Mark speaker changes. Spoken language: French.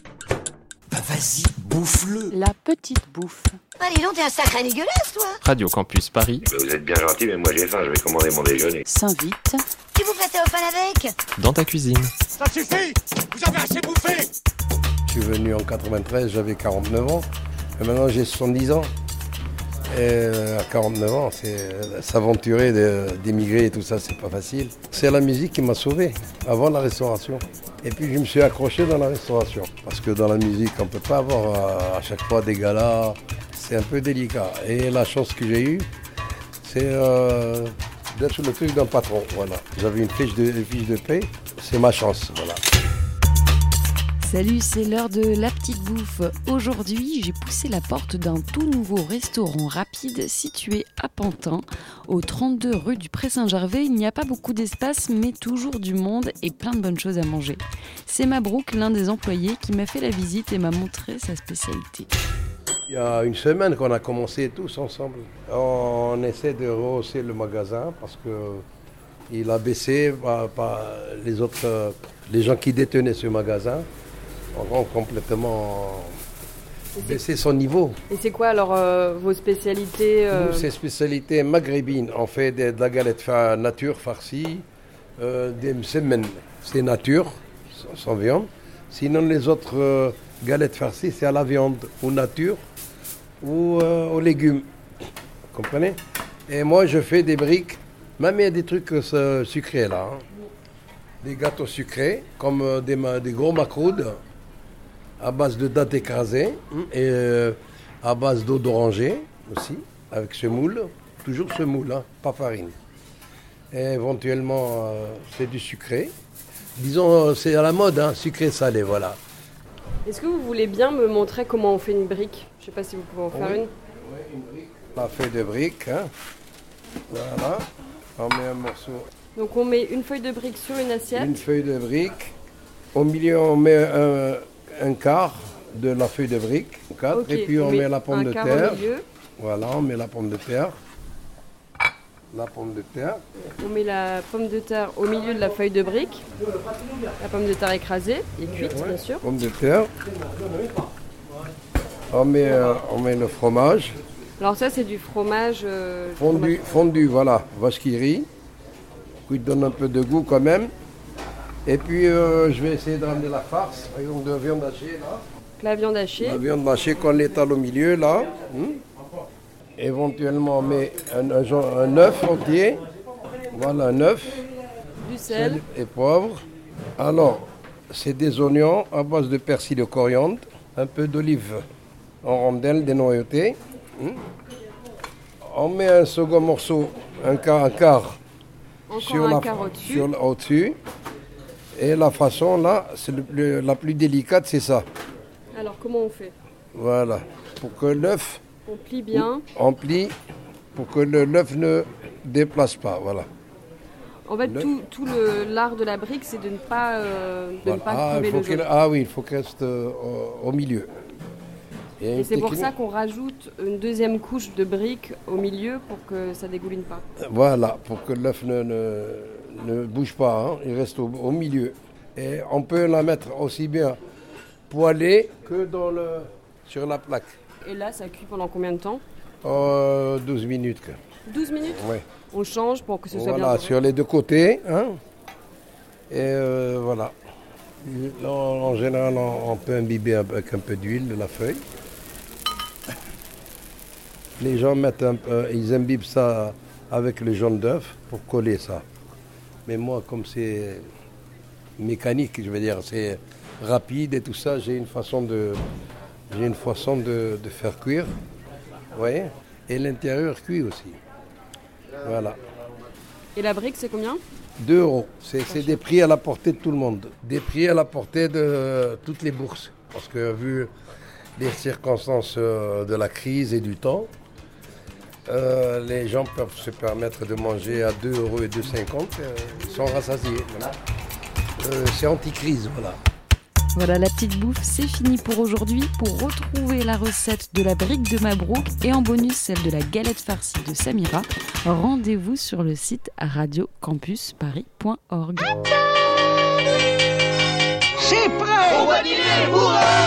Speaker 1: Bah, Vas-y, bouffe-le.
Speaker 2: La petite bouffe.
Speaker 3: Allez, donc t'es un sacré dégueulasse, toi
Speaker 4: Radio Campus Paris,
Speaker 5: Ben, Vous êtes bien gentil, mais moi j'ai faim, je vais commander mon déjeuner.
Speaker 2: S'invite.
Speaker 3: Tu vous prêtez au fan avec
Speaker 4: dans ta cuisine.
Speaker 6: Ça suffit Vous avez assez bouffé
Speaker 7: Je suis venu en 93, j'avais 49 ans. Et maintenant, j'ai 70 ans. Et euh, à 49 ans, c'est euh, s'aventurer, de- d'émigrer et tout ça, c'est pas facile. C'est la musique qui m'a sauvé avant la restauration. Et puis, je me suis accroché dans la restauration. Parce que dans la musique, on peut pas avoir euh, à chaque fois des galas. C'est un peu délicat. Et la chance que j'ai eue, c'est euh, d'être sous le truc d'un patron. Voilà. J'avais une fiche de, une fiche de paix. C'est ma chance. Voilà.
Speaker 8: Salut, c'est l'heure de la petite bouffe. Aujourd'hui, j'ai poussé la porte d'un tout nouveau restaurant rapide situé à Pantin, au 32 rue du Pré Saint-Gervais. Il n'y a pas beaucoup d'espace, mais toujours du monde et plein de bonnes choses à manger. C'est Mabrouk, l'un des employés, qui m'a fait la visite et m'a montré sa spécialité.
Speaker 7: Il y a une semaine qu'on a commencé tous ensemble. On essaie de rehausser le magasin parce que il a baissé par, par les autres, euh, les gens qui détenaient ce magasin ont complètement baissé son niveau.
Speaker 9: Et c'est quoi alors euh, vos spécialités euh,
Speaker 7: Nous, c'est spécialité maghrébine. On fait des- de la galette fa- nature farcie, euh, des msemen. C'est nature, sans, sans viande. Sinon, les autres euh, galettes farcies, c'est à la viande, ou nature, ou euh, aux légumes. Vous comprenez Et moi, je fais des briques. Même il y a des trucs euh, ce- sucrés là. hein. Des gâteaux sucrés, comme euh, des, ma- des gros macroudes, à base de dattes écrasées, hein, et euh, à base d'eau d'oranger aussi avec ce moule, toujours ce moule, hein, pas farine. Et éventuellement, euh, c'est du sucré. Disons, euh, c'est à la mode, hein, sucré-salé, voilà.
Speaker 9: Est-ce que vous voulez bien me montrer comment on fait une brique Je sais pas si vous pouvez en faire
Speaker 7: Oui.
Speaker 9: une.
Speaker 7: La feuille de briques, hein. voilà. On met un morceau,
Speaker 9: Donc on met une feuille de brique sur une assiette.
Speaker 7: une feuille de briques. Au milieu, on met un, un quart de la feuille de briques, quatre,
Speaker 9: Ok,
Speaker 7: et puis on, met, la
Speaker 9: un
Speaker 7: pomme de
Speaker 9: quart au
Speaker 7: terre.
Speaker 9: milieu,
Speaker 7: Voilà, on met la pomme de terre. La pomme de terre.
Speaker 9: on met la pomme de terre au milieu de la feuille de brique. La pomme de terre écrasée et cuite bien sûr.
Speaker 7: Pomme de terre. On met, euh, on met le fromage.
Speaker 9: Alors ça c'est du fromage. euh, le
Speaker 7: Fondu,
Speaker 9: fromage-
Speaker 7: fondu voilà, vache qui rit. Qui donne un peu de goût quand même. Et puis euh, je vais essayer de ramener la farce. Par exemple, de la viande hachée là.
Speaker 9: La viande hachée.
Speaker 7: La viande hachée qu'on l'étale au milieu là. hmm. Éventuellement on met un, un genre- un œuf entier. Voilà un œuf.
Speaker 9: Du sel.
Speaker 7: et poivre. Alors, c'est des oignons à base de persil de coriandre, un peu d'olive en rondelles, des noyautés. Hmm. On met un second morceau, un quart, un quart
Speaker 9: Encore
Speaker 7: sur
Speaker 9: un
Speaker 7: la
Speaker 9: quart au-dessus.
Speaker 7: sur la- au-dessus. Et la façon là, c'est le- le- la plus délicate, c'est ça.
Speaker 9: Alors comment on fait
Speaker 7: Voilà, pour que l'œuf
Speaker 9: On plie bien.
Speaker 7: on plie, pour que le- l'œuf ne déplace pas. Voilà.
Speaker 9: En fait
Speaker 7: Le-
Speaker 9: tout, tout le- l'art de la brique c'est de ne pas, euh, de ne
Speaker 7: Voilà.
Speaker 9: pas
Speaker 7: Ah, il
Speaker 9: crever
Speaker 7: faut
Speaker 9: le jaune.
Speaker 7: qu'elle- ah oui, il faut qu'elle reste euh, au, au milieu. Il y a
Speaker 9: Et
Speaker 7: une
Speaker 9: c'est pour
Speaker 7: technique-
Speaker 9: ça qu'on rajoute une deuxième couche de briques au milieu pour que ça dégouline pas.
Speaker 7: Voilà, pour que l'œuf ne, ne, ne bouge pas, hein, il reste au, au milieu. Et on peut la mettre aussi bien poêlée que dans le, sur la plaque.
Speaker 9: Et là, ça cuit pendant combien de temps
Speaker 7: Euh, 12 minutes. quoi.
Speaker 9: 12 minutes
Speaker 7: Ouais.
Speaker 9: On change pour que ce soit
Speaker 7: Voilà,
Speaker 9: bien doré.
Speaker 7: sur les deux côtés. hein. Et euh, voilà. En, en général, on, on peut imbiber avec un peu d'huile de la feuille. Les gens mettent un peu- ils imbibent ça avec le jaune d'œuf pour coller ça. Mais moi, comme c'est mécanique, je veux dire, c'est rapide et tout ça, j'ai une façon de, j'ai une façon de, de faire cuire. Vous voyez Et l'intérieur cuit aussi. Voilà.
Speaker 9: Et la brique, c'est combien
Speaker 7: 2 euros. C'est c'est des prix à la portée de tout le monde. Des prix à la portée de euh, toutes les bourses. Parce que vu les circonstances euh, de la crise et du temps, euh, les gens peuvent se permettre de manger à 2 euros et 2,50 euh, Ils sont rassasiés. voilà. Euh, C'est anti-crise, voilà.
Speaker 8: Voilà, la petite bouffe, c'est fini pour aujourd'hui. Pour retrouver la recette de la brique de Mabrouk et en bonus celle de la galette farcie de Samira, rendez-vous sur le site radiocampusparis.org.
Speaker 6: C'est prêt On va dîner Hurrah